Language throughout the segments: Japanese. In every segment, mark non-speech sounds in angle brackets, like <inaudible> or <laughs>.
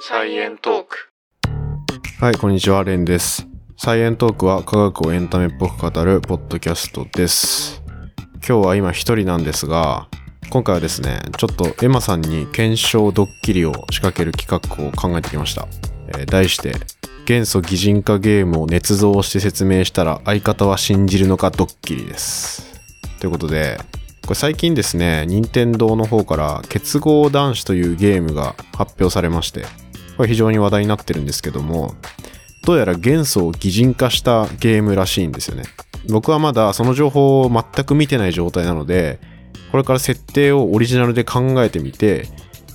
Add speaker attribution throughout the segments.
Speaker 1: サイエントーク。
Speaker 2: はい、こんにちは、レンです。サイエントークは科学をエンタメっぽく語るポッドキャストです。今日は今一人なんですが、今回はですね、ちょっとエマさんに検証ドッキリを仕掛ける企画を考えてきました。えー題して、元素擬人化ゲームを捏造して説明したら相方は信じるのかドッキリです。ということで、これ最近ですね、任天堂の方から結合男子というゲームが発表されまして、これ非常に話題になってるんですけども、どうやら元素を擬人化したゲームらしいんですよね。僕はまだその情報を全く見てない状態なので、これから設定をオリジナルで考えてみて、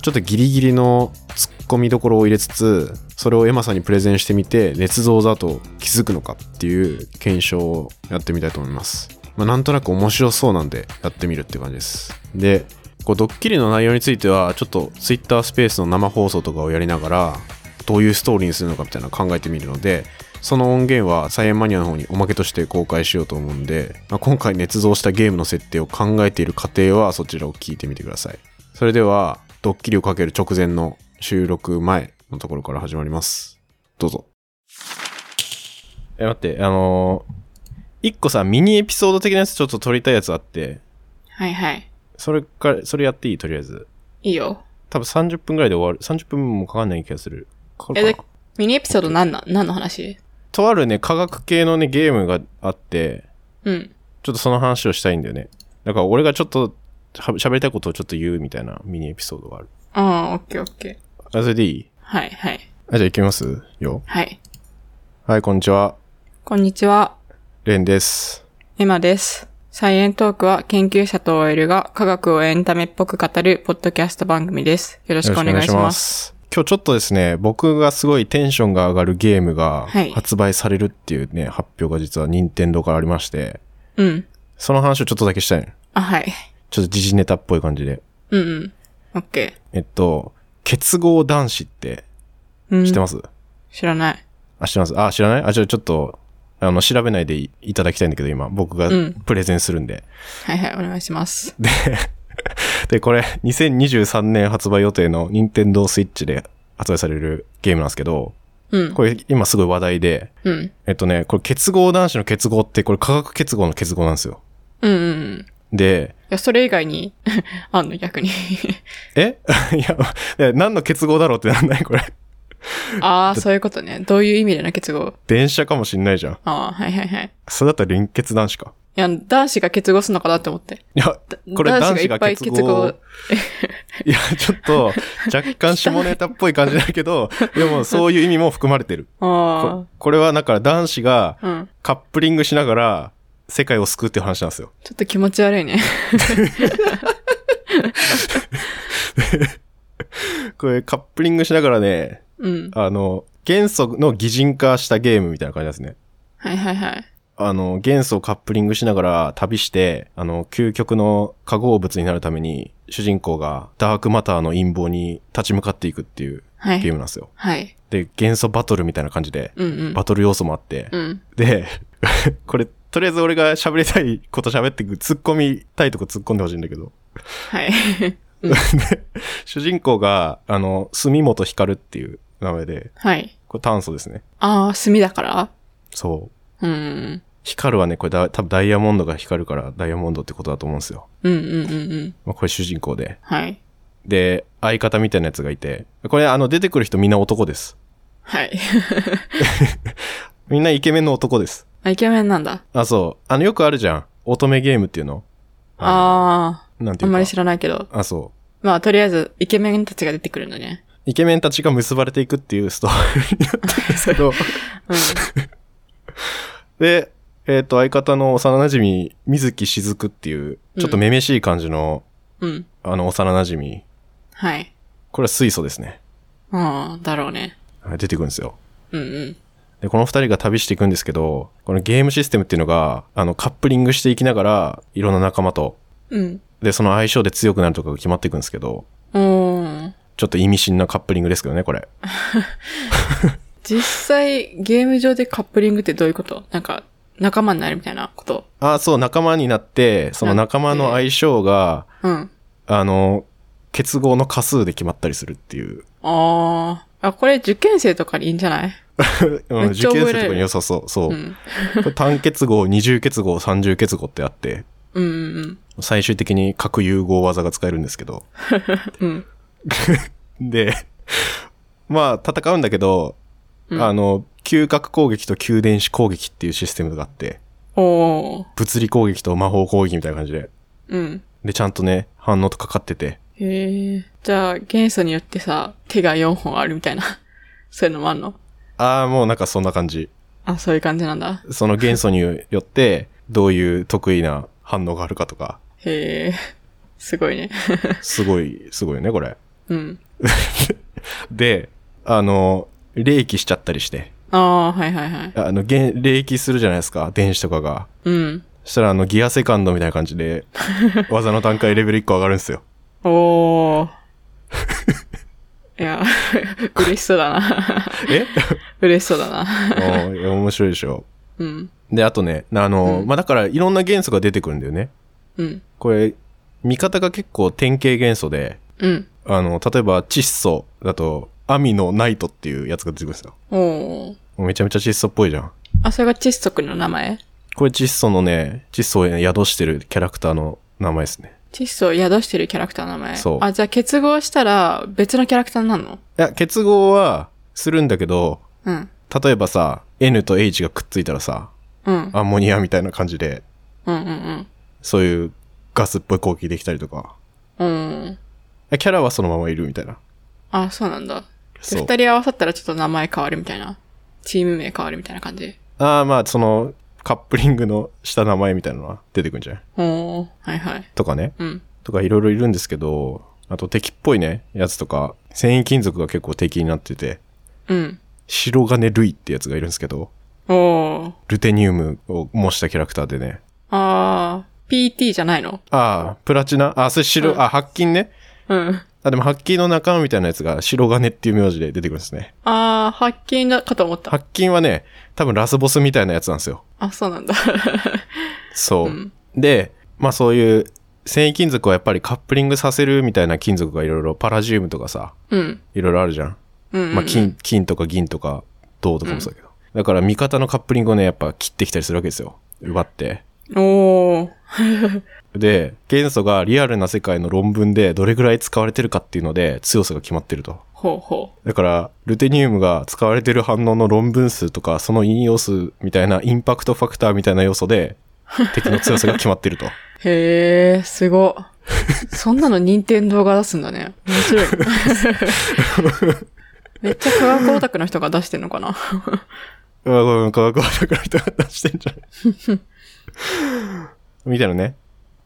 Speaker 2: ちょっとギリギリの突っ込みどころを入れつつ、それをエマさんにプレゼンしてみて、捏造だと気づくのかっていう検証をやってみたいと思います。まあ、なんとなく面白そうなんでやってみるって感じです。で、こうドッキリの内容については、ちょっと Twitter スペースの生放送とかをやりながら、どういうストーリーにするのかみたいなのを考えてみるので、その音源はサイエンマニアの方におまけとして公開しようと思うんで、まあ、今回捏造したゲームの設定を考えている過程はそちらを聞いてみてください。それでは、ドッキリをかける直前の収録前のところから始まります。どうぞ。
Speaker 3: え、待って、あのー、一個さ、ミニエピソード的なやつちょっと撮りたいやつあって、
Speaker 1: はいはい。
Speaker 3: それから、それやっていいとりあえず。
Speaker 1: いいよ。
Speaker 3: 多分30分ぐらいで終わる。30分もかかんない気がする。かか
Speaker 1: え、
Speaker 3: る
Speaker 1: で
Speaker 3: かな、
Speaker 1: ミニエピソード何な、何の話
Speaker 3: とあるね、科学系のね、ゲームがあって、
Speaker 1: うん。
Speaker 3: ちょっとその話をしたいんだよね。だから俺がちょっと、は喋りたいことをちょっと言うみたいなミニエピソードがある。
Speaker 1: ああ、オッケーオッケー。
Speaker 3: あ、それでいい
Speaker 1: はいはい。
Speaker 3: あ、じゃあ行きますよ。
Speaker 1: はい。
Speaker 3: はい、こんにちは。
Speaker 1: こんにちは。
Speaker 3: レンです。
Speaker 1: エマです。サイエントークは研究者と OL が科学をエンタメっぽく語るポッドキャスト番組です。よろしくお願いします。
Speaker 3: す。今日ちょっとですね、僕がすごいテンションが上がるゲームが
Speaker 1: はい
Speaker 3: 発売されるっていうね、発表が実は任天堂からありまして、
Speaker 1: うん。
Speaker 3: その話をちょっとだけしたいの。
Speaker 1: あ、はい。
Speaker 3: ちょっと時事ネタっぽい感じで。
Speaker 1: うんうん。オッケ
Speaker 3: えっと、結合男子って
Speaker 1: ー。うん。
Speaker 3: 知ってます、
Speaker 1: 知らない。
Speaker 3: あ、知ってますあ、知らないあ、じゃあちょっと、あの、調べないでいいただきたいんだけど、今、僕が
Speaker 1: うん
Speaker 3: プレゼンするんで。
Speaker 1: はいはい、お願いします。
Speaker 3: で、これ、2023年発売予定の任天堂スイッチで発売されるゲームなんですけど、
Speaker 1: うん。
Speaker 3: これ今すごい話題で、
Speaker 1: うん。
Speaker 3: えっとね、これ結合男子の結合って、これ化学結合の結合なんですよ。
Speaker 1: うんうんうん。い
Speaker 3: で、
Speaker 1: や、それ以外に、 <laughs> あんの、逆
Speaker 3: <laughs>
Speaker 1: に。
Speaker 3: え <laughs> いやえ、何の結合だろうってなんないこれ。
Speaker 1: ああ、そういうことね。どういう意味での結合
Speaker 3: 電車かもしんないじゃん。
Speaker 1: ああ、はいはいはい。
Speaker 3: それだったら連結男子か。
Speaker 1: いや、男子が結合するのかなって思って。
Speaker 3: いや、これ男子
Speaker 1: 男子がい
Speaker 3: が結合。
Speaker 1: っぱい結合。
Speaker 3: <laughs> いや、ちょっと、若干下ネタっぽい感じだけ
Speaker 1: <laughs>
Speaker 3: ど、でもそういう意味も含まれてる。
Speaker 1: あ
Speaker 3: ここれはだから男子が
Speaker 1: あ。うん。
Speaker 3: カップリングしながら世界を救うっていう話なんですよ。
Speaker 1: ちょっと気持ち悪いね。 <laughs>
Speaker 3: これカップリングしながらね、
Speaker 1: うん。
Speaker 3: あの、元素の擬人化したゲームみたいな感じなんですね。
Speaker 1: はいはいはい。
Speaker 3: あの、元素をカップリングしながら旅して、あの、究極の化合物になるために、主人公がダークマターの陰謀に立ち向かっていくっていう
Speaker 1: は
Speaker 3: ゲー
Speaker 1: い。
Speaker 3: ムなんですよ。
Speaker 1: はい。
Speaker 3: で、元素バトルみたいな感じで、
Speaker 1: うんうん。
Speaker 3: バトル要素もあって。
Speaker 1: うん。
Speaker 3: で、 <laughs> これ、とりあえず俺が喋りたいこと喋ってく、突っ込みたいとこ突っ込んでほしいんだけど。
Speaker 1: はい。 <laughs>
Speaker 3: 主人公が、あの、住本光っていう名前で、
Speaker 1: はい。
Speaker 3: これ炭素ですね。
Speaker 1: ああ、墨だから
Speaker 3: そう。
Speaker 1: うん。
Speaker 3: 光はね、これだ、多分ダイヤモンドが光るからダイヤモンドってことだと思うんですよ。
Speaker 1: うんうんうんうん。
Speaker 3: まあ、これ主人公で。
Speaker 1: はい。
Speaker 3: で、相方みたいなやつがいて、これあの出てくる人みんな男です。
Speaker 1: はい。 <laughs>
Speaker 3: みんなイケメンの男です。
Speaker 1: あ、イケメンなんだ。
Speaker 3: あ、そう。あのよくあるじゃん。乙女ゲームっていうの。あ
Speaker 1: ああ、
Speaker 3: の。なんて
Speaker 1: あ
Speaker 3: いうんか。
Speaker 1: まり知らないけど。
Speaker 3: あ、そう。
Speaker 1: まあ、とりあえず、イケメンたちが出てくるんだね。
Speaker 3: イケメンたちが結ばれていくっていうストーリーになってるんですけど。
Speaker 1: うん。
Speaker 3: で、えっ、と、相方の幼馴染、水木しずくっていう、ちょっとめめしい感じの、 <laughs>
Speaker 1: うん。
Speaker 3: あの、幼馴染。
Speaker 1: はい。
Speaker 3: これは水素ですね。
Speaker 1: ああ、だろうね。
Speaker 3: はい出てくるんですよ。
Speaker 1: うんうん。
Speaker 3: で、この二人が旅していくんですけど、このゲームシステムっていうのが、あの、カップリングしていきながら、いろんな仲間と
Speaker 1: うん。
Speaker 3: で、その相性で強くなるとかが決まっていくんですけど、
Speaker 1: おー。
Speaker 3: ちょっと意味深なカップリングですけどね、これ。
Speaker 1: 実際、ゲーム上でカップリングってどういうことなんか、仲間になるみたいなこと。
Speaker 3: ああ、そう、仲間になって、その仲間の相性が、
Speaker 1: うん。
Speaker 3: あの、結合の過数で決まったりするっていう。
Speaker 1: ああ、あ、これ受験生とかにいいんじゃない
Speaker 3: うん
Speaker 1: めっち
Speaker 3: 受
Speaker 1: ゃ覚えられる
Speaker 3: 験生とかに良さそう。そうう。
Speaker 1: ん。
Speaker 3: これ単結合、二重結合、三重結合ってあって、
Speaker 1: うんうん
Speaker 3: 最終的に各融合技が使えるんですけど。
Speaker 1: うん。
Speaker 3: で、 <laughs> まあ、戦うんだけど、
Speaker 1: うん
Speaker 3: あの、嗅覚攻撃と給電子攻撃っていうシステムがあって、
Speaker 1: うん。おー。
Speaker 3: 物理攻撃と魔法攻撃みたいな感じで。
Speaker 1: うん。
Speaker 3: で、ちゃんとね、反応とかかってて。
Speaker 1: へえ。じゃあ、元素によってさ、手が4本あるみたいな。 <laughs> そういうのもあんの
Speaker 3: ああ、もうなんかそんな感じ。
Speaker 1: あ、そういう感じなんだ。
Speaker 3: その元素によって、どういう得意な反応があるかとか。
Speaker 1: へえ。すごいね。
Speaker 3: すごい、すごいよね、これ。
Speaker 1: うん。
Speaker 3: で、あの、霊気しちゃったりして。
Speaker 1: ああ、はいはいはい。
Speaker 3: あの、げん霊気するじゃないですか、電子とかが。
Speaker 1: うん。
Speaker 3: そしたら、あの、ギアセカンドみたいな感じ
Speaker 1: <laughs>
Speaker 3: で、技の段階レベル1個上がるんですよ。
Speaker 1: おー。いや、 <laughs> 嬉しそうだな。
Speaker 3: え <laughs>
Speaker 1: 嬉しそうだな。
Speaker 3: おいや面白いでしょ。
Speaker 1: うん。
Speaker 3: で、あとね、あの、
Speaker 1: うん
Speaker 3: まあ、だから、いろんな元素が出てくるんだよね。
Speaker 1: うん。
Speaker 3: これ、見方が結構典型元素で、
Speaker 1: うん。
Speaker 3: あの、例えば、窒素だと、アミノナイトっていうやつが出てくるんですよ。
Speaker 1: おー。
Speaker 3: もうめちゃめちゃ窒素っぽいじゃん。
Speaker 1: あ、それが窒息の名前
Speaker 3: これ窒素のね、窒素を宿してるキャラクターの名前ですね。
Speaker 1: 窒素を宿してるキャラクターの名前。
Speaker 3: そう
Speaker 1: あ、じゃあ結合したら別のキャラクターになるの
Speaker 3: いや、結合はするんだけど、
Speaker 1: うん。
Speaker 3: 例えばさ、N と H がくっついたらさ、
Speaker 1: うん。
Speaker 3: アンモニアみたいな感じで、
Speaker 1: うんうん
Speaker 3: そういうガスっぽい攻撃できたりとか、
Speaker 1: うん。うん。
Speaker 3: キャラはそのままいるみたいな。
Speaker 1: あ、そうなんだ。で
Speaker 3: そう
Speaker 1: 二。人合わさったらちょっと名前変わるみたいな。チーム名変わるみたいな感じ。
Speaker 3: ああ、まあ、その、カップリングのした名前みたいなのは出てくるんじゃない
Speaker 1: おー。はいはい。
Speaker 3: とかね。
Speaker 1: うん。
Speaker 3: とかいろいろいるんですけど、あと敵っぽいね、やつとか、繊維金属が結構敵になってて、
Speaker 1: うん。
Speaker 3: 白金類ってやつがいるんですけど、
Speaker 1: おー。
Speaker 3: ルテニウムを模したキャラクターでね。
Speaker 1: あー。PT じゃないの
Speaker 3: ああ、プラチナあ、それ白、
Speaker 1: うん
Speaker 3: あ、白金ね。
Speaker 1: うん。
Speaker 3: あ、でも白金の仲間みたいなやつが白金っていう名字で出てくるんですね。
Speaker 1: あー、発見だかと思った。
Speaker 3: 白金はね、多分ラスボスみたいなやつなんですよ。
Speaker 1: あ、そうなんだ。 <laughs>
Speaker 3: そう。
Speaker 1: うん
Speaker 3: で、まあそういう繊維金属をやっぱりカップリングさせるみたいな金属がいろいろパラジウムとかさ、
Speaker 1: うん。
Speaker 3: いろいろあるじゃん。
Speaker 1: うん、うん。
Speaker 3: まあ金、金とか銀とか銅とかもそうだけど。だから味方のカップリングをね、やっぱ切ってきたりするわけですよ。奪って。
Speaker 1: おー。
Speaker 3: で、元素がリアルな世界の論文でどれぐらい使われてるかっていうので強さが決まってると。
Speaker 1: ほうほ
Speaker 3: だから、ルテニウムが使われてる反応の論文数とか、その引用数みたいなインパクトファクターみたいな要素で、敵の強さが決まってると。
Speaker 1: う。へー、すご。そんなの任天堂が出すんだね。面白い。 <laughs> めっちゃ科学オタクの人が出してんのかな。
Speaker 3: うわ、ごめん、科学オタクの人が出してんじゃないみたいなね。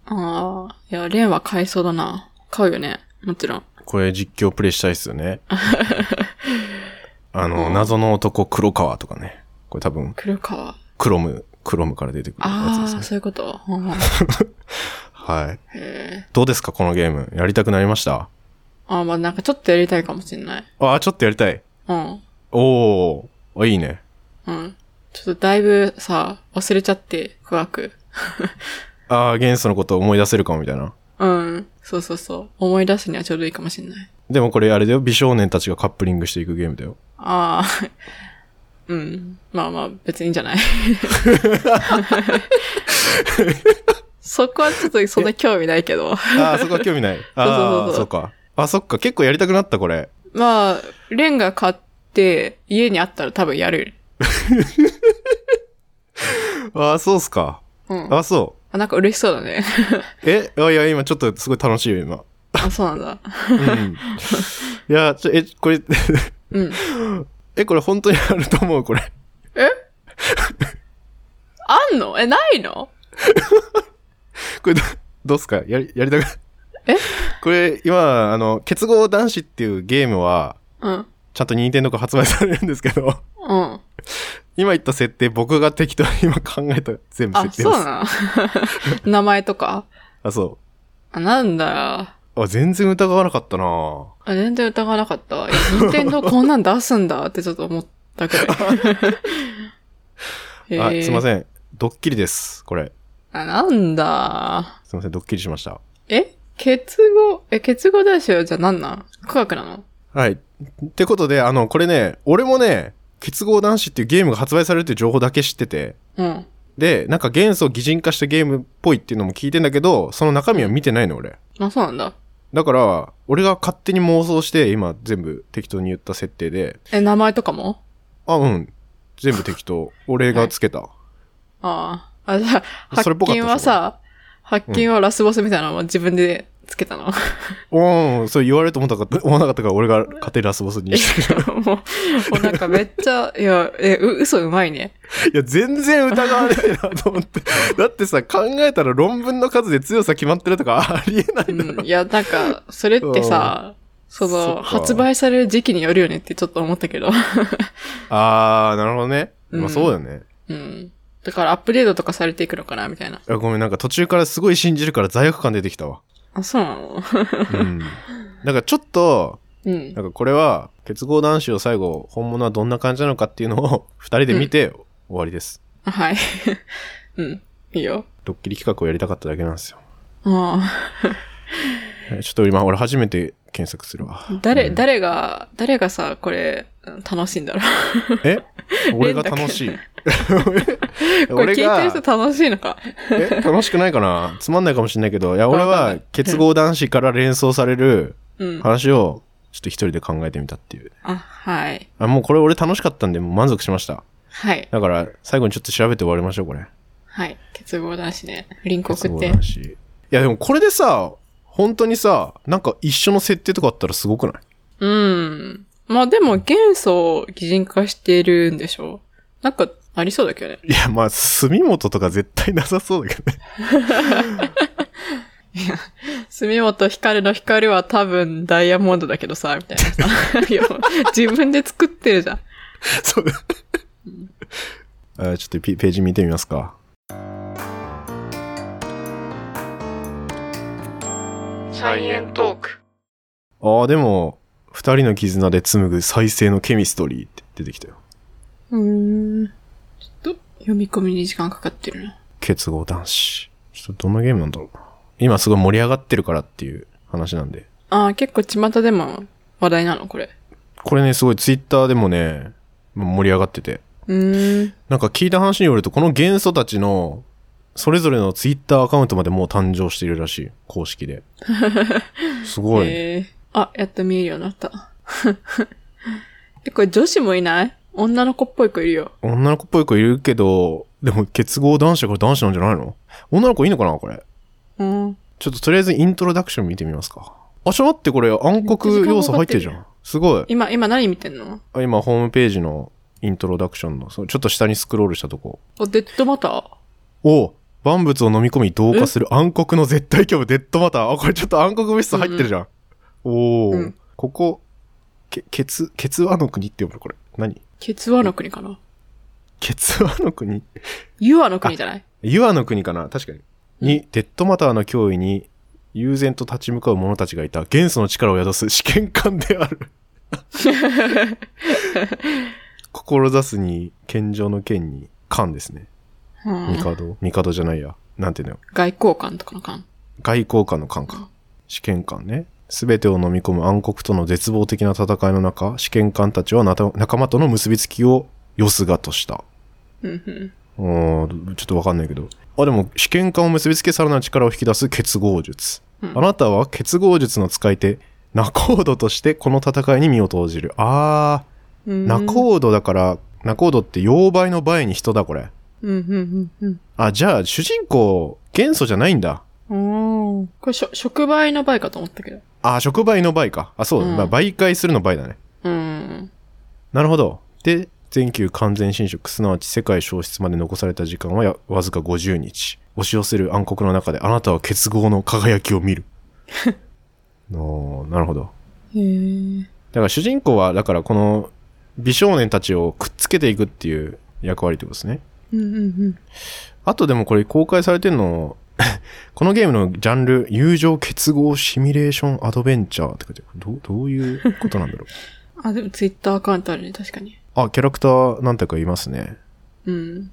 Speaker 1: ああ、いや、レンは買いそうだな。買うよね。もちろん。
Speaker 3: これ実況プレイしたいっすよね。あの、謎の男黒川とかね。これ多分、
Speaker 1: 黒川。
Speaker 3: クロム、クロムから出てくるやつです
Speaker 1: あ
Speaker 3: ね
Speaker 1: あ、。そういうこと。うんうん
Speaker 3: はい。
Speaker 1: へえ。
Speaker 3: どうですかこのゲーム。やりたくなりました
Speaker 1: ああ、まあなんかちょっとやりたいかもしれない。
Speaker 3: ああ、ちょっとやりたい。
Speaker 1: うん。
Speaker 3: おー、あいいね。
Speaker 1: うん。ちょっとだいぶさ、忘れちゃって、科学。
Speaker 3: ああ、元素のことを思い出せるかもみたいな。
Speaker 1: うん。そうそうそう。思い出すにはちょうどいいかもしれない。
Speaker 3: でもこれあれだよ。美少年たちがカップリングしていくゲームだよ。
Speaker 1: ああ。 <laughs> うん。まあまあ、別にいいんじゃないそこはちょっとそんな興味ないけど。
Speaker 3: ああ、 <laughs> そこは興味ない。あ
Speaker 1: そうそうそ
Speaker 3: あ、
Speaker 1: う
Speaker 3: そっか。あ、そっか。結構やりたくなった、これ。
Speaker 1: まあ、レンが買って、家にあったら多分やる。
Speaker 3: ああ、そうっすか。
Speaker 1: うん。
Speaker 3: あそ
Speaker 1: あ、なんか嬉しそうだ <laughs> ね。
Speaker 3: う。えあいや、今ちょっとすごい楽しいよ、今。
Speaker 1: あ、そうなんだ。
Speaker 3: うん。 <laughs> いや、ちょ、え、これ、 <laughs>
Speaker 1: うん。
Speaker 3: え、これ本当にあると思う、これ。 <laughs>
Speaker 1: あんのえ、ないの
Speaker 3: これど、どうっすかやり、やりたく
Speaker 1: え
Speaker 3: これ、今、あの、結合男子っていうゲームは、
Speaker 1: うん。
Speaker 3: ちゃんと任天堂が発売されるんですけど、
Speaker 1: うん。
Speaker 3: 今言った設定、僕が適当に今考えた全部
Speaker 1: あ、
Speaker 3: 設定
Speaker 1: そ
Speaker 3: で
Speaker 1: う
Speaker 3: す。
Speaker 1: なの <laughs> 名前とか
Speaker 3: あ、そ
Speaker 1: あ、なんだ
Speaker 3: う。あ、全然疑わなかったなぁ
Speaker 1: あ、全然疑わなかったわ。え任天堂こんなん出すんだってちょっと思った
Speaker 3: <laughs>
Speaker 1: くら
Speaker 3: あ、
Speaker 1: い。
Speaker 3: すいま
Speaker 1: ん。
Speaker 3: せん。ドッキリです。これ。
Speaker 1: あ、なんだ
Speaker 3: すいません。ドッキリしました。
Speaker 1: え結合、え、結合男子はじゃあなんなん科学なの
Speaker 3: はい。ってことで、あの、これね、俺もね、結合男子っていうゲームが発売されるっていう情報だけ知ってて、
Speaker 1: うん。
Speaker 3: で、なんか元素を擬人化したゲームっぽいっていうのも聞いてんだけど、その中身は見てないの、俺。
Speaker 1: あ、そうなんだ。
Speaker 3: だから、俺が勝手に妄想して、今全部適当に言った設定で、
Speaker 1: え、名前とかも
Speaker 3: あ、うん。全部適当。俺がつけた。
Speaker 1: ああ。あ、じゃあ、
Speaker 3: そ
Speaker 1: 発
Speaker 3: れっぽかった
Speaker 1: 見はさ、発見はラスボスみたいなのを自分でつけたの。 <laughs>
Speaker 3: うん、そう言われると思ったかった、思わなかったから俺が勝手にラスボスにして。
Speaker 1: もう、もうなんかめっちゃ、いや、え、う嘘うまいね。
Speaker 3: いや、全然疑われてえなと思 <laughs> って。だってさ、考えたら論文の数で強さ決まってるとかありえない。
Speaker 1: うん。いや、なんか、それってさ、そ
Speaker 3: そっ
Speaker 1: の、
Speaker 3: か
Speaker 1: 発売される時期によるよねってちょっと思ったけど。 <laughs>
Speaker 3: あー、なるほどね。ま
Speaker 1: う
Speaker 3: あ
Speaker 1: ん
Speaker 3: そうだよね。
Speaker 1: うん。だからアップデートとかされていくのかなみたいな。
Speaker 3: あごめん、なんか途中からすごい信じるから罪悪感出てきたわ。
Speaker 1: あ、そうなの
Speaker 3: <laughs> うん。なんかちょっと、
Speaker 1: うん。
Speaker 3: なんかこれは、結合男子を最後、本物はどんな感じなのかっていうのを二人で見て終わりです。
Speaker 1: あはい。 <laughs> うん。いいよ。
Speaker 3: ドッキリ企画をやりたかっただけなんですよ。
Speaker 1: あ
Speaker 3: えちょっと今、俺初めて検索する <laughs> わ
Speaker 1: あ。。誰、誰が、誰がさ、これ、楽しいんだろ
Speaker 3: え俺が楽しい。
Speaker 1: う。これ聞
Speaker 3: <laughs> 俺
Speaker 1: いて
Speaker 3: が
Speaker 1: る人楽しいのか。
Speaker 3: <laughs> え楽しくないかなつまんないかもしれないけど、いや、俺
Speaker 1: わかん
Speaker 3: は
Speaker 1: ない
Speaker 3: 結合男子から連想される
Speaker 1: うん。
Speaker 3: 話を、ちょっと一人で考えてみたっていう。
Speaker 1: あ、はい。
Speaker 3: あ、もうこれ俺楽しかったんで、もう満足しました。
Speaker 1: はい。
Speaker 3: だから、最後にちょっと調べて終わりましょう、これ。
Speaker 1: はい。結合男子ね。リンク送っ
Speaker 3: 結
Speaker 1: て
Speaker 3: 合。男子いや、でもこれでさ、本当にさ、なんか一緒の設定とかあったらすごくない
Speaker 1: うん。まあでも元素を擬人化してるんでしょなんか、ありそうだけどね。
Speaker 3: いや、まあ、住本とか絶対なさそうだけどね。 <laughs>
Speaker 1: 住本光の光は多分ダイヤモンドだけどさ、みたいな <laughs> さ。いや自分で作ってるじゃん。
Speaker 3: そうだ。あちょっとピページ見てみますか。
Speaker 1: サイエントーク。
Speaker 3: ああ、でも、二人の絆で紡ぐ再生のケミストリーって出てきたよ。
Speaker 1: うーん。ちょっと読み込みに時間かかってるな。
Speaker 3: 結合男子。ちょっとどんなゲームなんだろうな。今すごい盛り上がってるからっていう話なんで。
Speaker 1: ああ、結構巷でも話題なの、これ。
Speaker 3: これね、すごいツイッターでもね、ま盛り上がってて。
Speaker 1: うーん。
Speaker 3: なんか聞いた話によると、この元素たちの、それぞれのツイッターアカウントまでもう誕生しているらしい。公式で。すごい。
Speaker 1: えー、あ、やっと見えるようになった。 <laughs> え、これ女子もいない女の子っぽい子いるよ。
Speaker 3: 女の子っぽい子いるけど、でも結合男子はこれ男子なんじゃないの女の子いいのかなこれ。
Speaker 1: うん。
Speaker 3: ちょっととりあえずイントロダクション見てみますか。あ、ちょっと待って、これ暗黒要素入ってるじゃ
Speaker 1: めっ
Speaker 3: ん。すごい。
Speaker 1: 今、今何見てんの
Speaker 3: あ今、ホームページのイントロダクションの、そのちょっと下にスクロールしたとこ。
Speaker 1: あ、デッドマター
Speaker 3: お万物を飲み込み同化する暗黒の絶対虚無デッドマター。あ、これちょっと暗黒物質入ってるじゃん。おお、
Speaker 1: うん
Speaker 3: ここ、け、ケツ、ケツワの国って読むのこれ。何
Speaker 1: ケツワの国かな
Speaker 3: ケツワの国
Speaker 1: ユアの国じゃない
Speaker 3: ユアの国かな確かに。に、デッドマターの脅威に、悠然と立ち向かう者たちがいた。元素の力を宿す試験官で
Speaker 1: <laughs>
Speaker 3: ある。志すに、健常の剣に、官ですね。
Speaker 1: う
Speaker 3: 帝
Speaker 1: ん。
Speaker 3: 帝じゃないや。なんていうのよ。
Speaker 1: 外交官とかの官。
Speaker 3: 外交官の官か。試験官ね。すべてを飲み込む暗黒との絶望的な戦いの中、試験官たちはなた仲間との結びつきをよすがとした。
Speaker 1: うんうん。
Speaker 3: うーん、ちょっとわかんないけど。あ、でも、試験官を結びつけさらなる力を引き出す結合術。
Speaker 1: うん
Speaker 3: あなたは結合術の使い手、ナコードとしてこの戦いに身を投じる。あ
Speaker 1: う
Speaker 3: ー、
Speaker 1: ん
Speaker 3: ナコードだから、ナコードって妖媒の場合に人だ、これ。
Speaker 1: うんうんうん
Speaker 3: あ、じゃあ、主人公、元素じゃないんだ。
Speaker 1: うん。おーこれしょ、触媒の場合かと思ったけど。
Speaker 3: あ、触媒の場合か。あ、そう、
Speaker 1: うん
Speaker 3: まあ、媒介するの場合だね。
Speaker 1: うん。
Speaker 3: なるほど。で、全球完全侵食、すなわち世界消失まで残された時間はやわずか50日。押し寄せる暗黒の中であなたは結合の輝きを見る。おーなるほど。
Speaker 1: へー
Speaker 3: だから主人公は、だからこの美少年たちをくっつけていくっていう役割ってことですね。
Speaker 1: うんうんうん。
Speaker 3: あとでもこれ公開されてるの、 <laughs> このゲームのジャンル、友情結合シミュレーションアドベンチャーって書いてあるどう、どういうことなんだろう。
Speaker 1: あ、でもツイッターアカウントあるね、確かに。
Speaker 3: あ、キャラクターなんてかいますね。
Speaker 1: うん。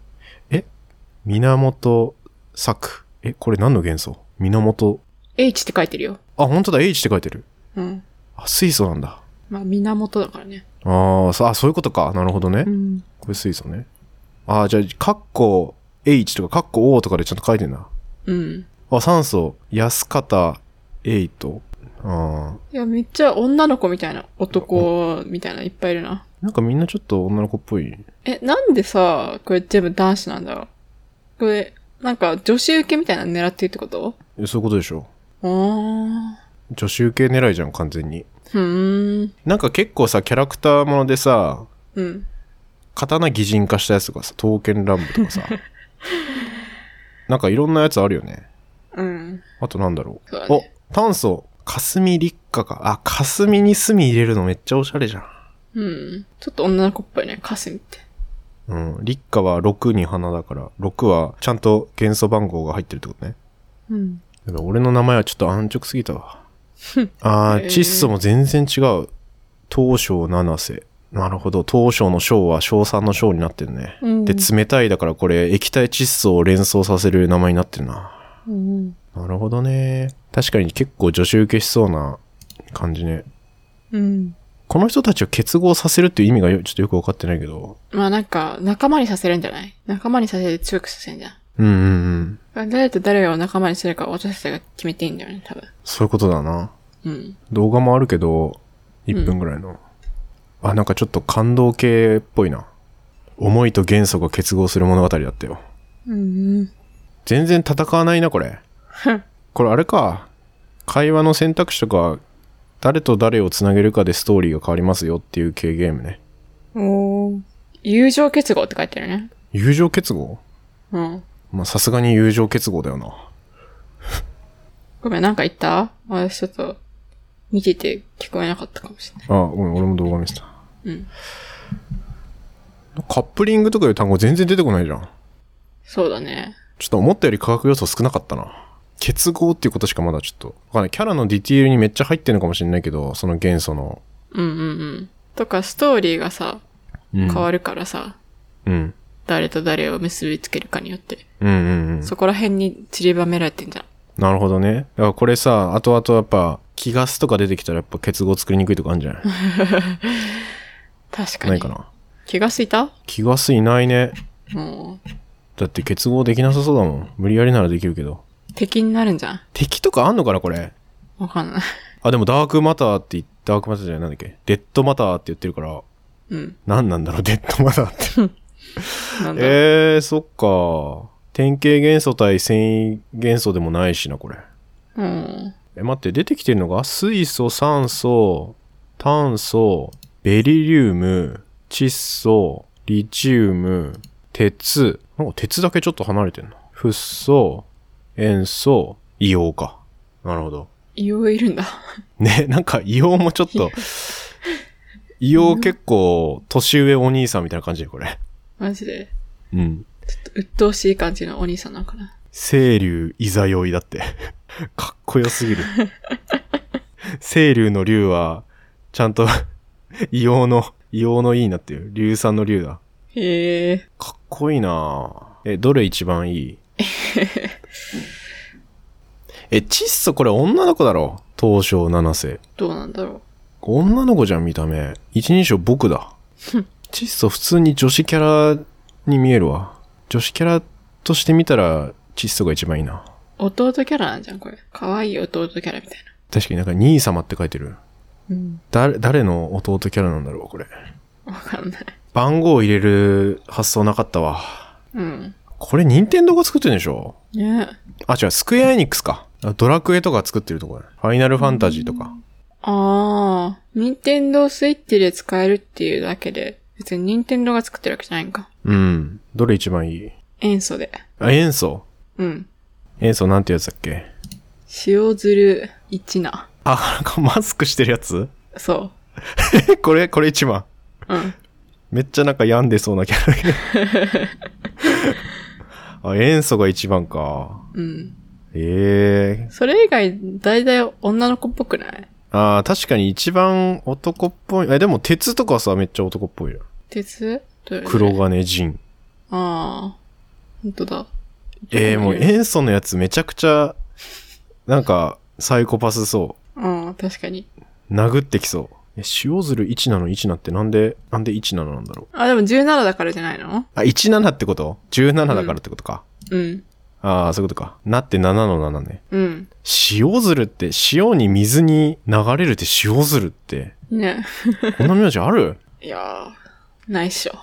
Speaker 3: 源作。え、これ何の元素源。
Speaker 1: H って書いてるよ。
Speaker 3: あ、本当だ、H って書いてる。
Speaker 1: うん。
Speaker 3: あ、水素なんだ。
Speaker 1: まあ、源だからね。
Speaker 3: ああ、そあ、そういうことか。なるほどね
Speaker 1: う。ん。
Speaker 3: これ水素ね。ああ、じゃあ、カッコ H とかカッコ O とかでちゃんと書いてんな。
Speaker 1: うん。
Speaker 3: あ、酸素、安方、エイト。ああ。
Speaker 1: いや、めっちゃ女の子みたいな、男みたいな、いっぱいいるな。
Speaker 3: なんかみんなちょっと女の子っぽい。
Speaker 1: え、なんでさ、これ全部男子なんだろうこれ、なんか女子受けみたいなの狙ってるってこと
Speaker 3: えそういうことでしょ。
Speaker 1: あー。
Speaker 3: 女子受け狙いじゃん、完全に。
Speaker 1: ふーん。
Speaker 3: なんか結構さ、キャラクターものでさ、
Speaker 1: うん。
Speaker 3: 刀擬人化したやつとかさ、刀剣乱舞とかさ。なんかいろんなやつあるよね。
Speaker 1: うん。
Speaker 3: あとなんだろう。
Speaker 1: そうだ
Speaker 3: お
Speaker 1: ね。
Speaker 3: 炭素、霞立夏か。あ、霞に墨入れるのめっちゃおしゃれじゃん。
Speaker 1: うん。ちょっと女の子っぽいね、カスミって。
Speaker 3: うん。立夏は6に花だから、6はちゃんと元素番号が入ってるってことね。
Speaker 1: うん。
Speaker 3: やばい俺の名前はちょっと安直すぎたわ。あ
Speaker 1: へー
Speaker 3: ー、窒素も全然違う。東証七瀬。なるほど。東証の章は小酸の章になってるね。
Speaker 1: うん
Speaker 3: で、冷たいだからこれ液体窒素を連想させる名前になってるな。
Speaker 1: うん。
Speaker 3: なるほどね。確かに結構女子受けしそうな感じね。
Speaker 1: うん。
Speaker 3: この人たちを結合させるっていう意味がよちょっとよくわかってないけど。
Speaker 1: まあなんか、仲間にさせるんじゃない仲間にさせて強くさせるんじゃん。
Speaker 3: うんうんうん。
Speaker 1: 誰と誰を仲間にするか私たちが決めていいんだよね、多分。
Speaker 3: そういうことだな。
Speaker 1: うん。
Speaker 3: 動画もあるけど、1分ぐらいの。あ、なんかちょっと感動系っぽいな。思いと元素が結合する物語だったよ。
Speaker 1: うん。
Speaker 3: 全然戦わないな、これ。これあれか。会話の選択肢とか、誰と誰をつなげるかでストーリーが変わりますよっていう系ゲームね。
Speaker 1: おー友情結合って書いてあるね。
Speaker 3: 友情結合
Speaker 1: うん。
Speaker 3: まあ、さすがに友情結合だよな。
Speaker 1: ごめん、なんか言った私ちょっと、見てて聞こえなかったかもしれない。
Speaker 3: あ、ごめん、俺も動画見せた。
Speaker 1: うん。
Speaker 3: カップリングとかいう単語全然出てこないじゃん。
Speaker 1: そうだね。
Speaker 3: ちょっと思ったより化学要素少なかったな。結合っていうことしかまだちょっと。わかんない。キャラのディティールにめっちゃ入ってるのかもしれないけど、その元素の。
Speaker 1: うんうんうん。とか、ストーリーがさ、
Speaker 3: うん。
Speaker 1: 変わるからさ、
Speaker 3: うん。
Speaker 1: 誰と誰を結びつけるかによって、
Speaker 3: うんうんうん。
Speaker 1: そこら辺に散りばめられてんじゃん。
Speaker 3: なるほどね。だからこれさ、後々やっぱ、気ガスとか出てきたらやっぱ結合作りにくいとかあるんじゃない
Speaker 1: 確かに。
Speaker 3: ないかな。
Speaker 1: 気がついた
Speaker 3: 気ガスいないね。
Speaker 1: も
Speaker 3: だって結合できなさそうだもん。無理やりならできるけど。
Speaker 1: う、敵になるんじゃん。
Speaker 3: 敵とかあんのかなこれ。
Speaker 1: わかんない。
Speaker 3: あ、でもダークマターって言っダークマターじゃないなんだっけデッドマターって言ってるから、
Speaker 1: うん。
Speaker 3: 何なんだろう、デッドマターって。
Speaker 1: なんだろう
Speaker 3: えー、そっか。典型元素対繊維元素でもないしな、これ。
Speaker 1: うん。
Speaker 3: え、待って、出てきてるのが水素、酸素、炭素、ベリリウム、窒素、リチウム、鉄。なんか鉄だけちょっと離れてんな。フッ素、塩素、硫黄か。なるほど。 <laughs>
Speaker 1: 硫黄いるんだ。
Speaker 3: ね、なんか硫黄もちょっと、硫黄結構年上お兄さんみたいな感じで、これ。
Speaker 1: マジで。
Speaker 3: うん。
Speaker 1: 鬱陶しい感じのお兄さんなんかな。
Speaker 3: 清流いざ酔いだって。 <laughs> かっこよすぎる。清流の竜は、ちゃんと、 <laughs> 硫黄の、硫黄のいいなっていう。硫酸の竜だ。
Speaker 1: へえ。
Speaker 3: かっこいいなぁえ、どれ一番いいえ、窒素これ女の子だろ東証七世。
Speaker 1: どうなんだろ
Speaker 3: 女の子じゃん、見た目。一人称僕だ。窒素普通に女子キャラに見えるわ。女子キャラとして見たら、窒素が一番いいな。
Speaker 1: う。弟キャラなんじゃん、これ。可愛い弟キャラみたい
Speaker 3: 確かになんか兄様って書いてる。
Speaker 1: な。うん。
Speaker 3: 誰、誰の弟キャラなんだろう、これ。
Speaker 1: わかんない。
Speaker 3: 番号を入れる発想なかったわ。
Speaker 1: うん。
Speaker 3: これ、任天堂が作ってるんでしょ
Speaker 1: ね
Speaker 3: あ、違う、スクエアエニックスか。あドラクエとか作ってるとこだね。ファイナルファンタジーとか。
Speaker 1: あー。任天堂スイッチで使えるっていうだけで、別に任天堂が作ってるわけじゃないんか。
Speaker 3: うん。どれ一番いい
Speaker 1: 塩素で。
Speaker 3: あ、塩素。
Speaker 1: うん。
Speaker 3: 塩素なんてやつだっけ
Speaker 1: 塩ずる1な。
Speaker 3: あ、なんかマスクしてるやつ
Speaker 1: そ
Speaker 3: これ、これ一番。
Speaker 1: う。うん。
Speaker 3: めっちゃなんか病んでそうなキャラだけど。あ、塩素が一番か。
Speaker 1: うん。
Speaker 3: ええ
Speaker 1: それ以外、大体女の子っぽくない
Speaker 3: ああ、確かに一番男っぽい。え、でも鉄とかさ、めっちゃ男っぽいよ。
Speaker 1: 鉄どれ
Speaker 3: 黒。金人。
Speaker 1: あー。ほんとだ。
Speaker 3: えー、もう塩素のやつめちゃくちゃ、なんか、サイコパスそ
Speaker 1: うん、確かに。
Speaker 3: う。殴ってきそう。え塩鶴17の17ってなんで、なんで17なんだろう。
Speaker 1: あ、でも17だからじゃないの
Speaker 3: あ、17ってこと ?17 だからってことか。
Speaker 1: うん。
Speaker 3: ああ、そういうことか。なって7の7ね。
Speaker 1: うん。
Speaker 3: 塩鶴って、塩に水に流れるって塩鶴って、
Speaker 1: ね。
Speaker 3: こんな名字ある
Speaker 1: いやー、ないっしょ。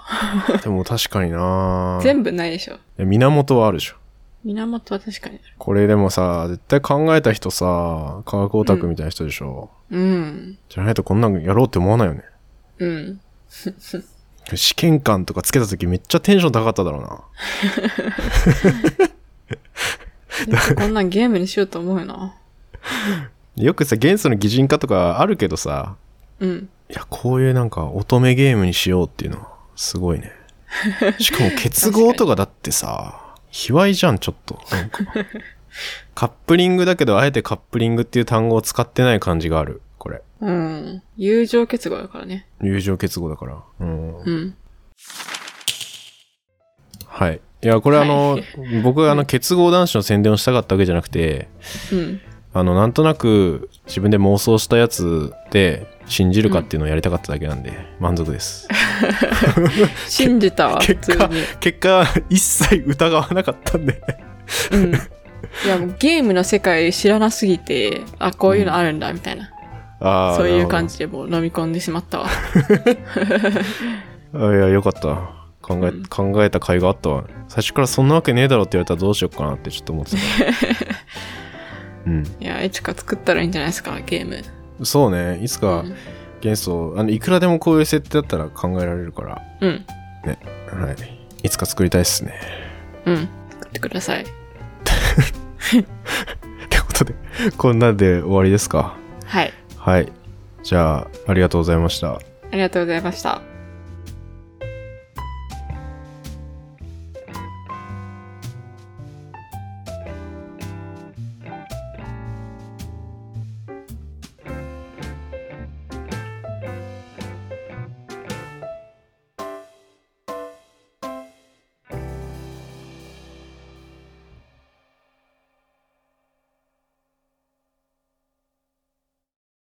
Speaker 3: でも確かにな
Speaker 1: <laughs> 全部ないでしょ。
Speaker 3: いや源はあるでしょ。
Speaker 1: 源は確かにある。
Speaker 3: これでもさ、絶対考えた人さ、科学オタクみたいな人でしょ。
Speaker 1: うん。
Speaker 3: じゃないとこんなんやろうって思わないよね。 <laughs>
Speaker 1: うん。
Speaker 3: 試験官とかつけた時めっちゃテンション高かっただろうな。
Speaker 1: よくこんなんゲームにしようと思うよな。
Speaker 3: よくさ、元素の擬人化とかあるけどさ、
Speaker 1: うん。
Speaker 3: いや、こういうなんか乙女ゲームにしようっていうのは、すご
Speaker 1: <laughs>
Speaker 3: いね。しかも結合とかだってさ、卑猥じゃん、ちょっと。な
Speaker 1: <laughs>
Speaker 3: んかカップリングだけど、あえてカップリングっていう単語を使ってない感じがある、これ。
Speaker 1: うん。友情結合だからね。
Speaker 3: 友情結合だから。うん。
Speaker 1: うん。
Speaker 3: はい。いや、これあの、
Speaker 1: はい
Speaker 3: <laughs> 僕があの、結合男子の宣伝をしたかったわけじゃなくて、
Speaker 1: うん。
Speaker 3: あの、なんとなく自分で妄想したやつで信じるかっていうのをやりたかっただけなんで、満足です。
Speaker 1: 信じたわ、普
Speaker 3: 結
Speaker 1: 通
Speaker 3: 果
Speaker 1: に。、
Speaker 3: <laughs> 結果、一切疑わなかったんで。
Speaker 1: うん。いや、もうゲームの世界知らなすぎて、あ、こういうのあるんだ、みたいな。
Speaker 3: あ <laughs> ー
Speaker 1: そういう感。
Speaker 3: なる
Speaker 1: じでもう飲み込んでしまったわ。
Speaker 3: ほどあいや、よかった。考え、
Speaker 1: うん
Speaker 3: 考えた甲斐があったわ。最初からそんなわけねえだろって言われたらどうしようかなってちょっと思 <laughs> ってた。うん。
Speaker 1: いや、いつか作ったらいいんじゃないですか、ゲーム。
Speaker 3: そうね。いつか
Speaker 1: うん
Speaker 3: 元素、あの、いくらでもこういう設定だったら考えられるから。
Speaker 1: うん。
Speaker 3: はい。いつか作りたいっすね。
Speaker 1: うん。作ってください。
Speaker 3: ってことで、こんなんで終わりですか。
Speaker 1: はい。
Speaker 3: はい。じゃあ、ありがとうございました。
Speaker 1: ありがとうございました。